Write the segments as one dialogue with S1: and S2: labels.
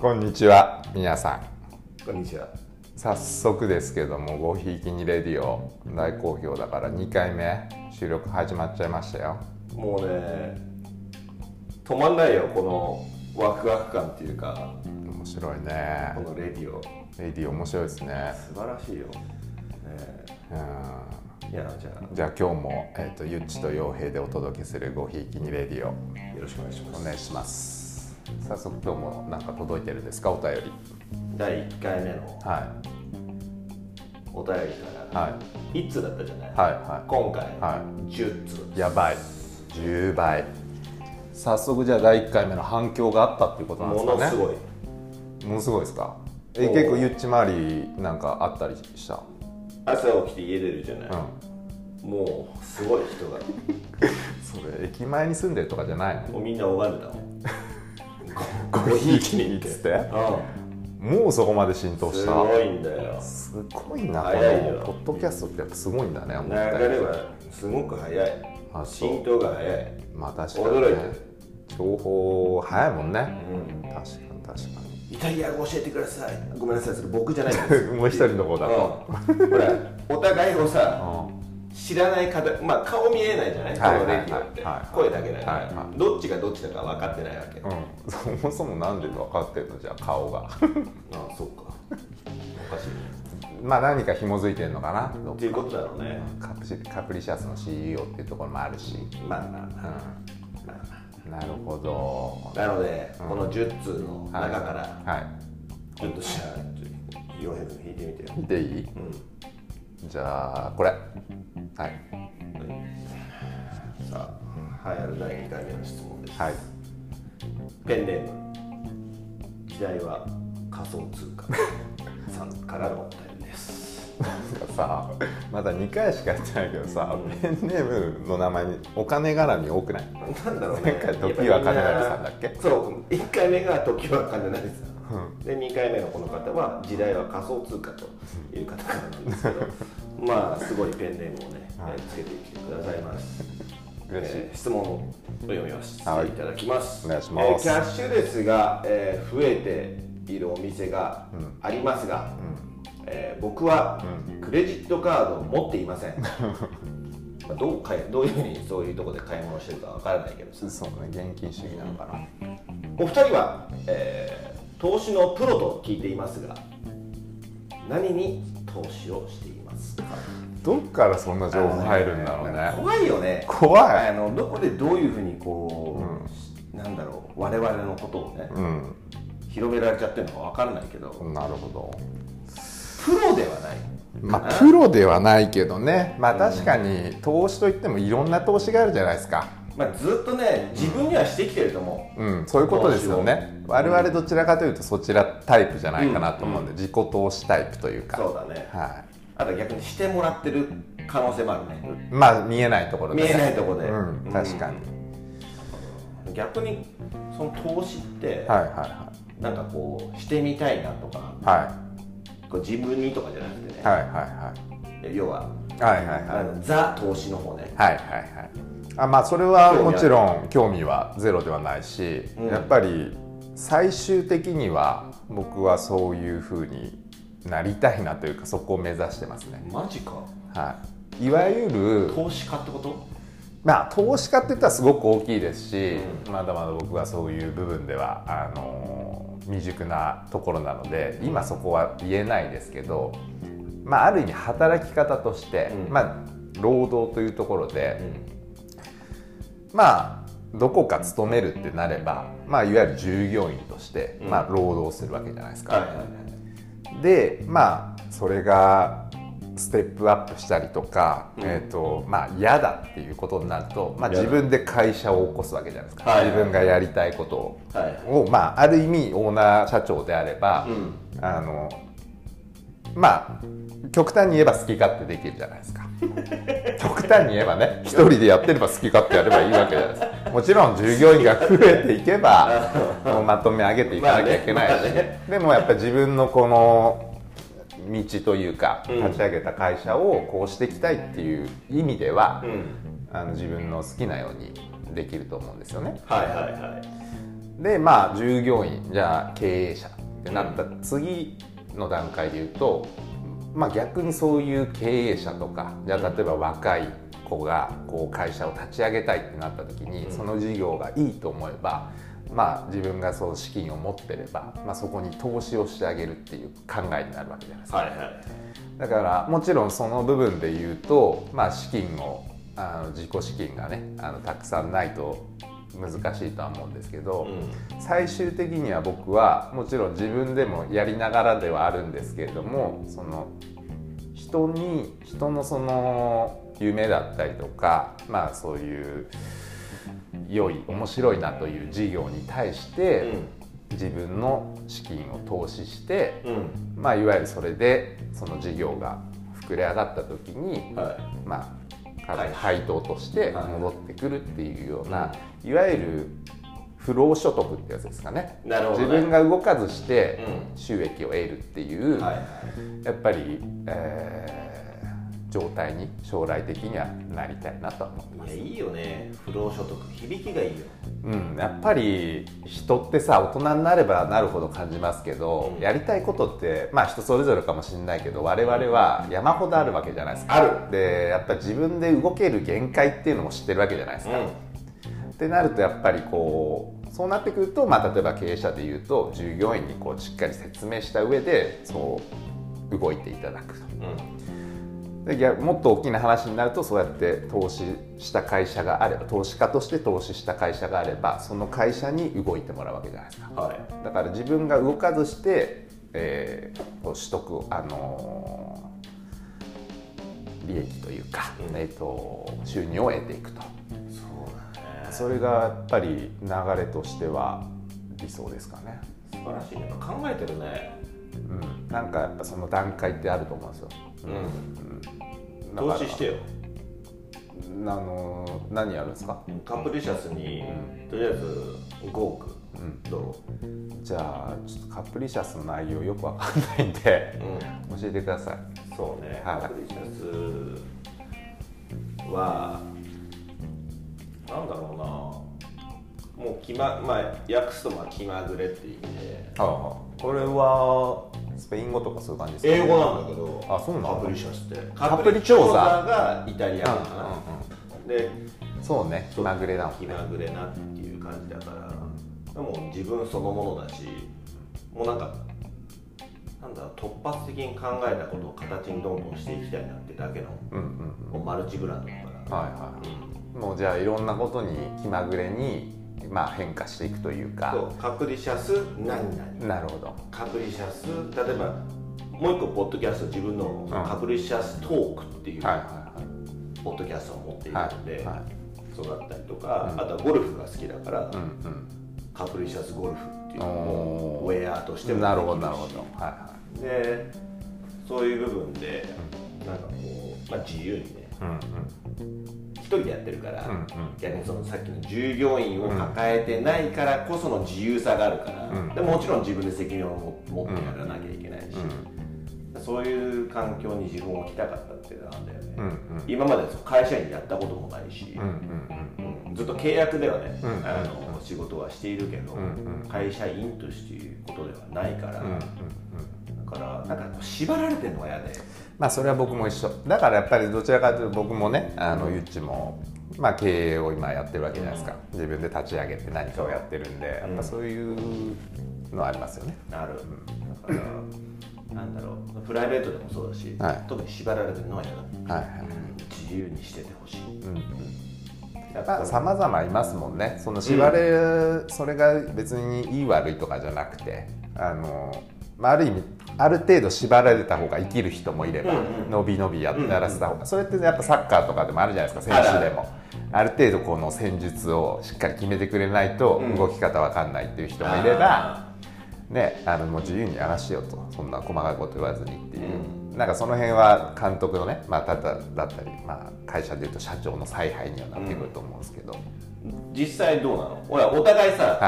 S1: こんにちは皆さん
S2: こんにちは。
S1: 早速ですけども「ごひいきにレディオ」大好評だから2回目収録始まっちゃいましたよ
S2: もうね、止まんないよ、このワクワク感っていうか、
S1: 面白い
S2: こ
S1: ね
S2: のレディオ。
S1: レディオ面白いですね
S2: 素晴らしいよ。ね
S1: うん
S2: いや、じゃ
S1: じゃあ今日も、えー、とゆっちと陽平でお届けする「ごひいきにレディオ」
S2: あ、よろしくお願いしま
S1: お
S2: す。
S1: 願いします早速今日もなんか届いてるんですかお便り
S2: 第1回目の
S1: は
S2: お便り
S1: い
S2: から、
S1: はい
S2: 1通だったじゃない、
S1: はいはい
S2: 今回、
S1: は
S2: 10通。
S1: やばい10倍早速じゃあ第1回目の反響があったっていうことなんです
S2: も
S1: かね
S2: のすごい。
S1: ものすごいですかえ
S2: おう
S1: 結構ゆっち周りなんかあったりした
S2: 朝起きて家出るじゃない、
S1: うん
S2: もうすごい人が、
S1: それ駅前に住んでるとかじゃないの
S2: もうみんな拝んでたもん。
S1: ごひいきにっつってもうそこまで浸
S2: う
S1: 透
S2: ん、
S1: し
S2: す
S1: た
S2: ごいんだよ。
S1: すごいなこ
S2: 早いよ
S1: のポッドキャストってやっぱすごいんだね思っ
S2: 流
S1: たより
S2: れはすごく早い
S1: あそう
S2: 浸透が早い、
S1: まあ確かにね
S2: 驚い
S1: 情報早いもんね
S2: うん、
S1: 確かに確かに
S2: イタリア語教えてくださいごめんなさいそれ僕じゃないんです
S1: もう一人の方だと
S2: うんほらお互いをさ
S1: う
S2: 知らない方まあ顔見えないじゃないこ
S1: はい
S2: のレディオって
S1: はいはい
S2: 声だけだか
S1: はいは
S2: らどっちがどっちだか分かってないわけ
S1: ん、うん、そもそもなんで分かってるのじゃあ顔が
S2: あ あそっかおかしい
S1: まあ何か紐づいてるのかなどっ
S2: っ
S1: か
S2: ていうことだろうね
S1: カプシカプリシャスの CEO っていうところもあるし、
S2: まあまあま
S1: うん、なるほど
S2: あなのでこの10通の
S1: はい
S2: 中から
S1: は
S2: ちょっとじゃあちょっと洋平君引いてみてよ
S1: い見ていい
S2: うん
S1: じゃあこれはい
S2: さあ流行る第2回目の質問です
S1: はい
S2: ペンネーム時代は仮想通貨さんからのお便りです
S1: なんかさまだ2回しかやってないけどさペンネームの名前にお金絡み多くない
S2: なんだろうね
S1: 前回時は金成さんだっけ
S2: そう1回目が時は金成さん、で2回目のこの方は時代は仮想通貨という方からなんですけ どまあすごいペンネームをね、
S1: はい
S2: えーつけてきてくださいます
S1: 嬉しい
S2: えー質問を読みま
S1: は
S2: さ
S1: い
S2: せていただきます、
S1: お願いします
S2: えーキャッシュレスが、えー増えているお店がありますが、えー僕はクレジットカードを持っていません、 まあどうかいどういうふうにそういうところで買い物してるかわからないけどさ
S1: そうね現金主義なのかな
S2: お二人は、えー投資のプロと聞いていますが何に投資をしていますか
S1: どっからそんな情報入るんだろう
S2: なんか
S1: ね
S2: 怖いよね
S1: 怖い
S2: あのどこでどういうふうにこう、なんだろう我々のことをね、
S1: うん
S2: 広められちゃってるのか分からないけど、
S1: なるほど
S2: プロではない
S1: まあプロではないけどねまあ確かに投資といってもいろんな投資があるじゃないですか
S2: まあ、ずっとね自分にはしてきてると思う、
S1: うん、そういうことですよね我々どちらかというとそちらタイプじゃないかなと思うんで、自己投資タイプというか
S2: そうだね
S1: は
S2: あと逆にしてもらってる可能性もあるね、
S1: い、まあ見えないところで
S2: 見
S1: ね、
S2: えないとこで、
S1: うん、確かに、
S2: うん逆にその投資って、
S1: はいは
S2: なんかこうしてみたいなとか
S1: いはいは
S2: こう自分にとかじゃなくて
S1: い
S2: ね、
S1: はいは
S2: 要は、
S1: いはいはいはい
S2: あのザ投資の方ね
S1: はいはいはいあまあそれはもちろん興味はゼロではないし、
S2: うん
S1: やっぱり最終的には僕はそういうふうになりたいなというかそこを目指してますね、
S2: マジか
S1: はい、いわゆる
S2: 投資家ってこと
S1: まあ、投資家って言ったらすごく大きいですし、まだまだ僕はそういう部分ではあのー未熟なところなので今そこは言えないですけど、まあ、ある意味働き方として、
S2: うん
S1: まあ、労働というところで、まあどこか勤めるってなれば、まあ、いわゆる従業員として、
S2: うん
S1: まあ、労働するわけじゃないですか。
S2: はいはいはい
S1: でまあそれがステップアップしたりとか、
S2: うん
S1: えーとまあ、嫌だっていうことになると、まあ、
S2: 嫌だ
S1: 自分で会社を起こすわけじゃないですか、
S2: はい
S1: 自分がやりたいことを,、
S2: はい
S1: まあ、ある意味オーナー社長であれば、あのまあ極端に言えば好き勝手できるじゃない ですか極端に言えばね一人でやってれば好き勝手やればいいわけじゃないですかもちろん従業員が増えていけばもうまとめ上げていかなきゃいけないし、
S2: まあねまあね
S1: でもやっぱり自分のこの道というか
S2: うん
S1: 立ち上げた会社をこうしていきたいっていう意味では、
S2: うん
S1: あの自分の好きなようにできると思うんですよね。
S2: はいはいはい
S1: でまあ従業員じゃあ経営者ってなった次の段階で言うと、まあ、逆にそういう経営者とかじゃあ例えば若い子がこう会社を立ち上げたいってなった時にその事業がいいと思えば。まあ、自分がその資金を持ってれば、まあ、そこに投資をしてあげるっていう考えになるわけじゃないですか、
S2: はいはい
S1: だからもちろんその部分で言うと、まあ、資金をあの自己資金がねあのたくさんないと難しいとは思うんですけど、最終的には僕はもちろん自分でもやりながらではあるんですけれどもその人に人のその夢だったりとかまあそういう良い面白いなという事業に対して、自分の資金を投資して
S2: うんうん
S1: まあ、いわゆるそれでその事業が膨れ上がった時に、
S2: は
S1: まあ、配当として
S2: はい
S1: 戻ってくるっていうような、い、わゆる不労所得ってやつですかね
S2: いなるほど、
S1: 自
S2: ね、
S1: 分が動かずして
S2: う
S1: 収益を得るっていう、
S2: はいはい
S1: やっぱり、えー状態に将来的にはなりたいなと思って
S2: い
S1: ま
S2: や
S1: す。
S2: いいよね不労所得響きがいいよ
S1: うん、やっぱり人ってさ大人になればなるほど感じますけど、
S2: うん
S1: やりたいことってまあ人それぞれかもしれないけど我々は山ほどあるわけじゃないですか
S2: ある
S1: でやっぱり自分で動ける限界っていうのも知ってるわけじゃないですか、ってなるとやっぱりこうそうなってくると、まあ、例えば経営者でいうと従業員にこうしっかり説明した上でそう動いていただくと
S2: うん
S1: で逆もっと大きな話になるとそうやって投資した会社があれば投資家として投資した会社があればその会社に動いてもらうわけじゃないですか
S2: はい
S1: だから自分が動かずして、えーこう取得をあのー利益というか、
S2: うん
S1: えー、と収入を得ていくと
S2: そうだね
S1: それがやっぱり流れとしては理想ですかね、
S2: 素晴らしいねやっぱ考えてるね
S1: うん、なんかやっぱその段階ってあると思うんですよ
S2: うん
S1: だか
S2: 投
S1: ら
S2: 資してよ
S1: あのー何やるんですか
S2: カプリシャスにとりあえず5億ド
S1: じゃあちょっとカプリシャスの内容よくわかんないんで
S2: ル、うん、
S1: 教えてください
S2: そうね、
S1: はい
S2: カプリシャスはなんだろうなもう気ままあ訳すとまあ気まぐれっていう意味で
S1: これはスペイン語とかそういう感じですか
S2: 英語なんだけど
S1: あそうなの
S2: カプリシャスって
S1: カプリチョーザ
S2: がイタリアンかな、で
S1: そうね気まぐれだもん
S2: 気まぐれなっていう感じだからでも自分そのものだしもうなんかなんだろう突発的に考えたことを形にどんどんしていきたいなってだけの、
S1: うんうん
S2: もうマルチブランドだから、
S1: はいはいもうじゃあいろんなことに気まぐれにまあ変化していくという
S2: そ
S1: か
S2: うカプリシャス何々
S1: なるほど
S2: カプリシャス例えばもう一個ポッドキャスト自分の
S1: ん
S2: カプリシャストークっていう
S1: はいは
S2: ポッドキャストを持ってい
S1: い
S2: る
S1: はい
S2: の
S1: は
S2: で、
S1: いはい
S2: そうだったりとか、あとはゴルフが好きだから、
S1: うん
S2: カプリシャスゴルフっていうのを
S1: お
S2: ウェアとして
S1: うん
S2: も
S1: なるほどな
S2: で
S1: る
S2: き
S1: ほ
S2: し
S1: どは
S2: でそういう部分で、なんかこう、まあ、自由にね
S1: いはいうん
S2: 一人でやってるから、
S1: うんうん
S2: 逆にそのさっきの従業員を抱えてないからこその自由さがあるから、
S1: うん
S2: でもちろん自分で責任を持持ってやらなきゃいけないし、そういう環境に自分を置きたかったっていうのなんだよね、
S1: うんうん
S2: 今までそう会社員やったこともないし、
S1: うんうん
S2: うんずっと契約ではね、
S1: うん
S2: あの仕事はしているけど、
S1: んう
S2: 会社員としていうことではないから、
S1: うんうん
S2: だ
S1: うん
S2: からなんかこう縛られてるのが嫌で、
S1: まあそれは僕も一緒だからやっぱりどちらかというと僕もねあのゆっちも、まあ、経営を今やってるわけじゃないですか自分で立ち上げて何かをやってるんでやっぱそういうのありますよね
S2: なる、だからなんだろうプライベートでもそうだし、
S1: はい
S2: 特に縛られてるのは嫌だ、
S1: はいはい
S2: 自由にしててほしい、だから
S1: まあ様々いますもんねその縛れる、それが別にいい悪いとかじゃなくてあの、まあ、ある意味ある程度縛られた方が生きる人もいれば
S2: うんうん
S1: のびのびややらせた方がそれってやっぱサッカーとかでもあるじゃないですか選手でも。ある程度この戦術をしっかり決めてくれないと
S2: うん
S1: 動き方わかんないっていう人もいれば、ね、あのもう自由にやらしてよとそんな細かいこと言わずにっていう、なんかその辺は監督のね、まあ、ただだったり、まあ、会社でいうと社長の采配にはなってくると思うんですけど、
S2: 実際どうなのほらお互いさ、
S1: はい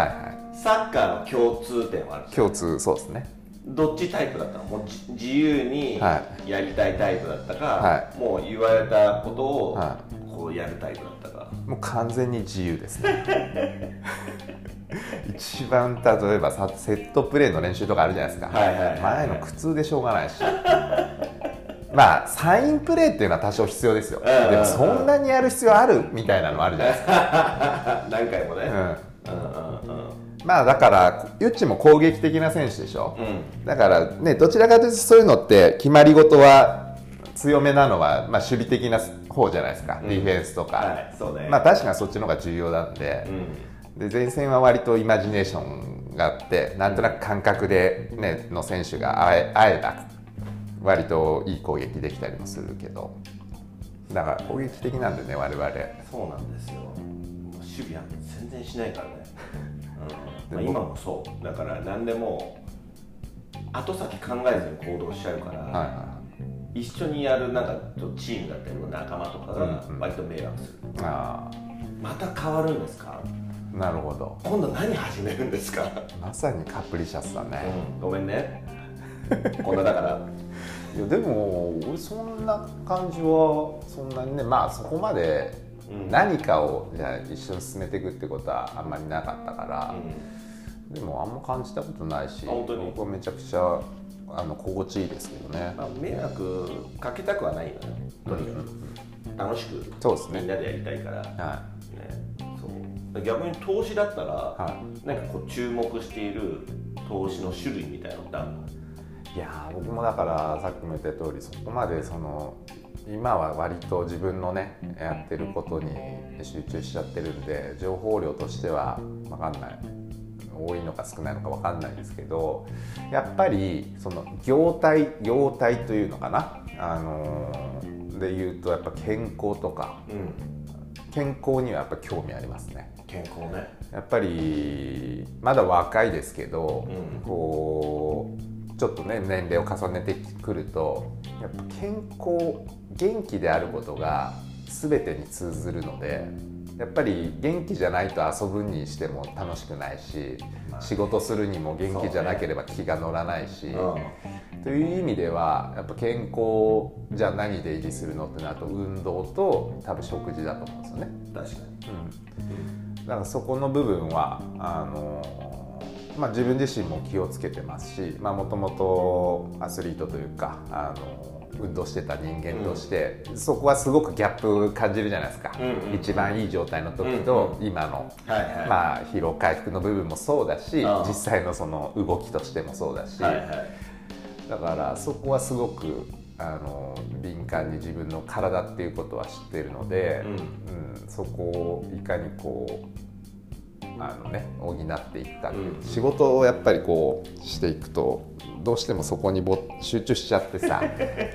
S1: は
S2: サッカーの共通点はある
S1: い、共通そうですね
S2: どっちタイプだったのもうじ自由に
S1: は
S2: やりたいタイプだったか、
S1: は
S2: もう言われたことを
S1: は
S2: こうやるタイプだったか、
S1: もう完全に自由ですね一番例えばさセットプレーの練習とかあるじゃないですか、
S2: はいはいはいはい
S1: 前の苦痛でしょうがないしまあサインプレーっていうのは多少必要ですよ、
S2: うんうんうん
S1: でもそんなにやる必要あるみたいなのあるじゃないですか、
S2: 何回もね、
S1: う
S2: うんうんうん
S1: ん、まあだからユッチも攻撃的な選手でしょ、
S2: うん
S1: だからねどちらかというとそういうのって決まり事は強めなのは、まあ、守備的な方じゃないですか、
S2: ん
S1: ディフェンスとか、
S2: はいそうね
S1: まあ確かにそっちの方が重要なんで
S2: う,、ん
S1: で前線は割とイマジネーションがあってなんとなく感覚で、ね、の選手が会え会えば割といい攻撃できたりもするけどだから攻撃的なんでね我々
S2: そうなんですよ守備は全然しないから ね、うんまあ、
S1: でも
S2: 今もそうだから何でも後先考えずに行動しちゃうから、
S1: はいは
S2: 一緒にやるなんかちょっとチームだったり仲間とかが
S1: うんうん
S2: 割と迷惑する、
S1: いあ
S2: また変わるんですか
S1: あなるほど
S2: 今度何始めるんですか、
S1: まさにカプリシャスだね、
S2: うん、ごめんねこんなだ から
S1: いやでも俺そんな感じはそんなにねまあそこまで
S2: うん
S1: 何かをじゃあ一緒に進めていくってことはあんまりなかったから、でもあんま感じたことないし
S2: あ本当に
S1: 僕はめちゃくちゃあの心地いいですけどね
S2: まあ、迷惑かけたくはないよねとにかく楽しく
S1: そうですね
S2: みんなでやりたいから、ね、
S1: は
S2: そう逆に投資だったら、
S1: は
S2: なんかこう注目している投資の種類みたいなのってあるの
S1: いいやー僕もだからさっきも言った通りそこまでその今は割と自分のねやってることに集中しちゃってるんで情報量としては分かんない多いのか少ないのか分かんないんですけどやっぱりその業態業態というのかなあのーで言うとやっぱ健康とか
S2: うん
S1: 健康にはやっぱ興味ありますね
S2: 健康ね
S1: やっぱりまだ若いですけど、
S2: うん
S1: こうちょっとね年齢を重ねてくるとやっぱ健康元気であることが全てに通ずるのでやっぱり元気じゃないと遊ぶにしても楽しくないし
S2: まあね
S1: 仕事するにも元気じゃなければ気が乗らないし、という意味ではやっぱ健康じゃあ何で維持するのってなると運動と多分食事だと思うんですよね。
S2: 確か
S1: うん
S2: に、
S1: だからそこの部分はあのまあ、自分自身も気をつけてますしもともとアスリートというかあの運動してた人間として、そこはすごくギャップ感じるじゃないですか、
S2: うんうん
S1: 一番いい状態の時と今の、
S2: はいはい
S1: まあ、疲労回復の部分もそうだし
S2: ああ
S1: 実際のその動きとしてもそうだし、
S2: はいはい
S1: だからそこはすごくあの敏感に自分の体っていうことは知ってるので、うんそこをいかにこうあの、ね、補っていくか、
S2: うん
S1: 仕事をやっぱりこうしていくとどうしてもそこにぼ集中しちゃっ てさ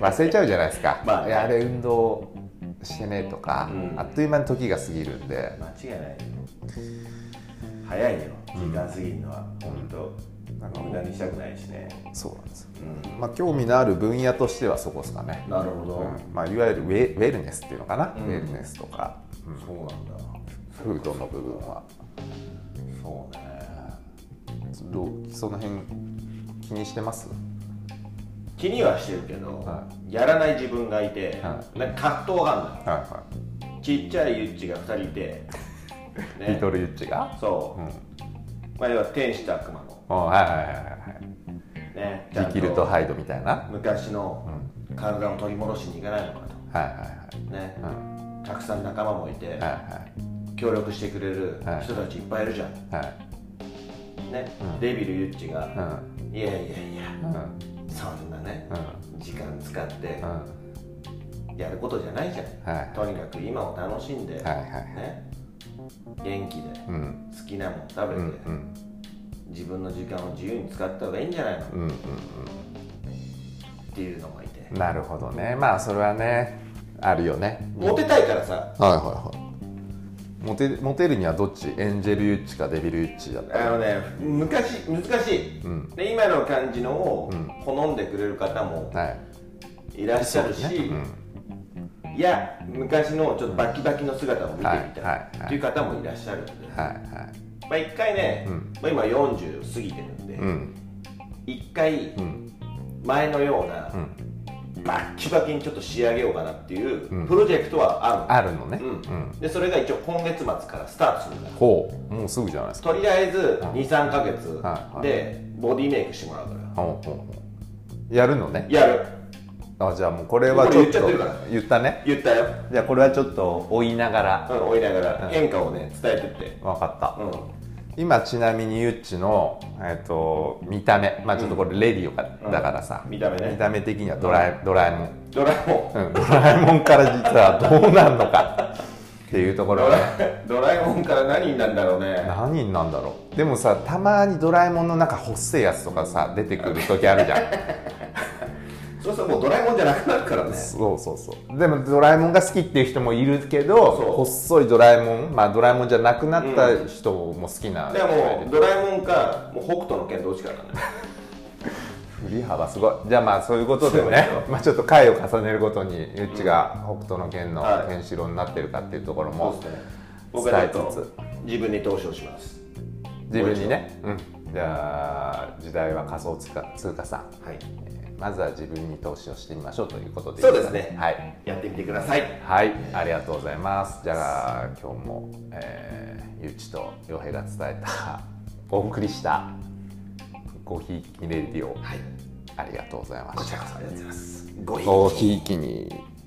S1: 忘れちゃうじゃないですか、
S2: まあね
S1: いやあれ運動してねとか、
S2: うん
S1: あっという間に時が過ぎるんで。
S2: 間違いないよ早いよ時間過ぎるのは、本当
S1: なんか
S2: 無駄にしたくないしね、
S1: そうなんですよ
S2: う
S1: まあ、興味のある分野としてはそこですかね
S2: ん、、なるほど、
S1: うんまあ、いわゆるウェウェルネスっていうのかな、
S2: うん
S1: ウェルネスとか、うん
S2: そうなんだ
S1: フードの部分は
S2: そうね
S1: どうその辺気にしてます
S2: 気にはしてるけど、
S1: は
S2: やらない自分がいて、
S1: は
S2: なんか葛藤があるのよ
S1: はいは
S2: ちっちゃいユッチが2人いて、
S1: い、リ
S2: ね、
S1: トルユッチが
S2: そう、まあ、要は天使と悪魔の、
S1: うん、はいはいはい
S2: ね、ち
S1: は
S2: ゃ
S1: い
S2: んと
S1: リキルとハイドみたいなはい
S2: 昔の体を取り戻しに行かないのか
S1: はいはい
S2: と、ね
S1: うん
S2: たくさん仲間もいて、
S1: はい
S2: 協力してくれる
S1: はい
S2: 人たちいっぱいいるじゃん、
S1: はいはい
S2: ねデビルユッチが、
S1: うん
S2: いやいやいや
S1: うん
S2: そんなね、時間使って
S1: うん
S2: やることじゃないじゃん、
S1: はい
S2: とにかく今を楽しんで、
S1: はいはい
S2: ね、元気で
S1: うん
S2: 好きなもの食べ
S1: う
S2: て、
S1: んうん
S2: 自分の時間を自由に使った方がいいんじゃないのっ
S1: うん
S2: ていうのがいて、
S1: うんなるほどねまあそれはねあるよね
S2: モテたいからさ
S1: はいはいはいモテモテるにはどっちエンジェルユッチかデビルユッチだった
S2: あのね昔難しい、
S1: ん
S2: で今の感じのを好んでくれる方も
S1: はい
S2: いらっしゃるし、
S1: そうね
S2: いや昔のちょっとバキバキの姿を見てみたいって
S1: はいはいはい
S2: いう方もいらっしゃるんで、
S1: はいはい
S2: まあ、一回ね、まあ、今40過ぎてるんで、
S1: うん
S2: 一回前のような、バッキバキにちょっと仕上げようかなっていうプロジェクトはあ
S1: あるのね、
S2: るの、
S1: う
S2: うんん、でそれが一応今月末からスタートするから
S1: ほうもうすぐじゃないですか
S2: とりあえず23か月
S1: はいはい
S2: でボディメイクしてもらうから
S1: ほうほうほうやるのね
S2: やる
S1: あじゃあもうこれはちょ
S2: これ言っ
S1: っと
S2: ちゃってるから
S1: 言ったね
S2: 言ったよ、
S1: じゃあこれはちょっと追いながら
S2: うん、追いながら演歌をね伝えてって
S1: 分かった
S2: うん
S1: 今ちなみにゆっちの、えっと見た目まあちょっとこれレディオか、
S2: うん
S1: だからさ
S2: 見た目ね
S1: 見た目的にはドラえドラえもん
S2: ドラえもん
S1: うん、ドラえもんから実はどうなんのかっていうところ
S2: ド
S1: が
S2: ラ ドラえもんから何になるんだろうね
S1: 何人なんだろうでもさたまにドラえもんの中細いやつとかさ出てくる時あるじゃん
S2: そうするともうドラえもんじゃなくなるからね
S1: そうそうそうでもドラえもんが好きっていう人もいるけど
S2: そう
S1: 細いドラえもんまあドラえもんじゃなくなった人も好きな、
S2: でもうドラえもんかもう北斗の拳どっちかだね
S1: 振り幅すごいじゃあまあそういうことです
S2: ごいで
S1: ね
S2: しょ
S1: まあちょっと回を重ねるごとにゆっちが北斗の拳の
S2: はい
S1: ケンシロウになってるかっていうところ
S2: そう
S1: も
S2: ですね僕はちょっ
S1: 伝え
S2: と自分に投資をします
S1: 自分にね、うん、じゃあ時代は仮想通貨通貨さん
S2: はい
S1: えーまずは自分に投資をしてみましょうということで
S2: そうですね
S1: はい、
S2: やってみてください
S1: はい、ありがとうございますじゃあ今日も、えー、ゆうちと洋平が伝えたお送りしたごひいきにレディオ、
S2: はい
S1: ありがとうございま
S2: こ
S1: し
S2: ち
S1: た
S2: らこそありがとうございますご
S1: ご
S2: ひいき
S1: ひいきに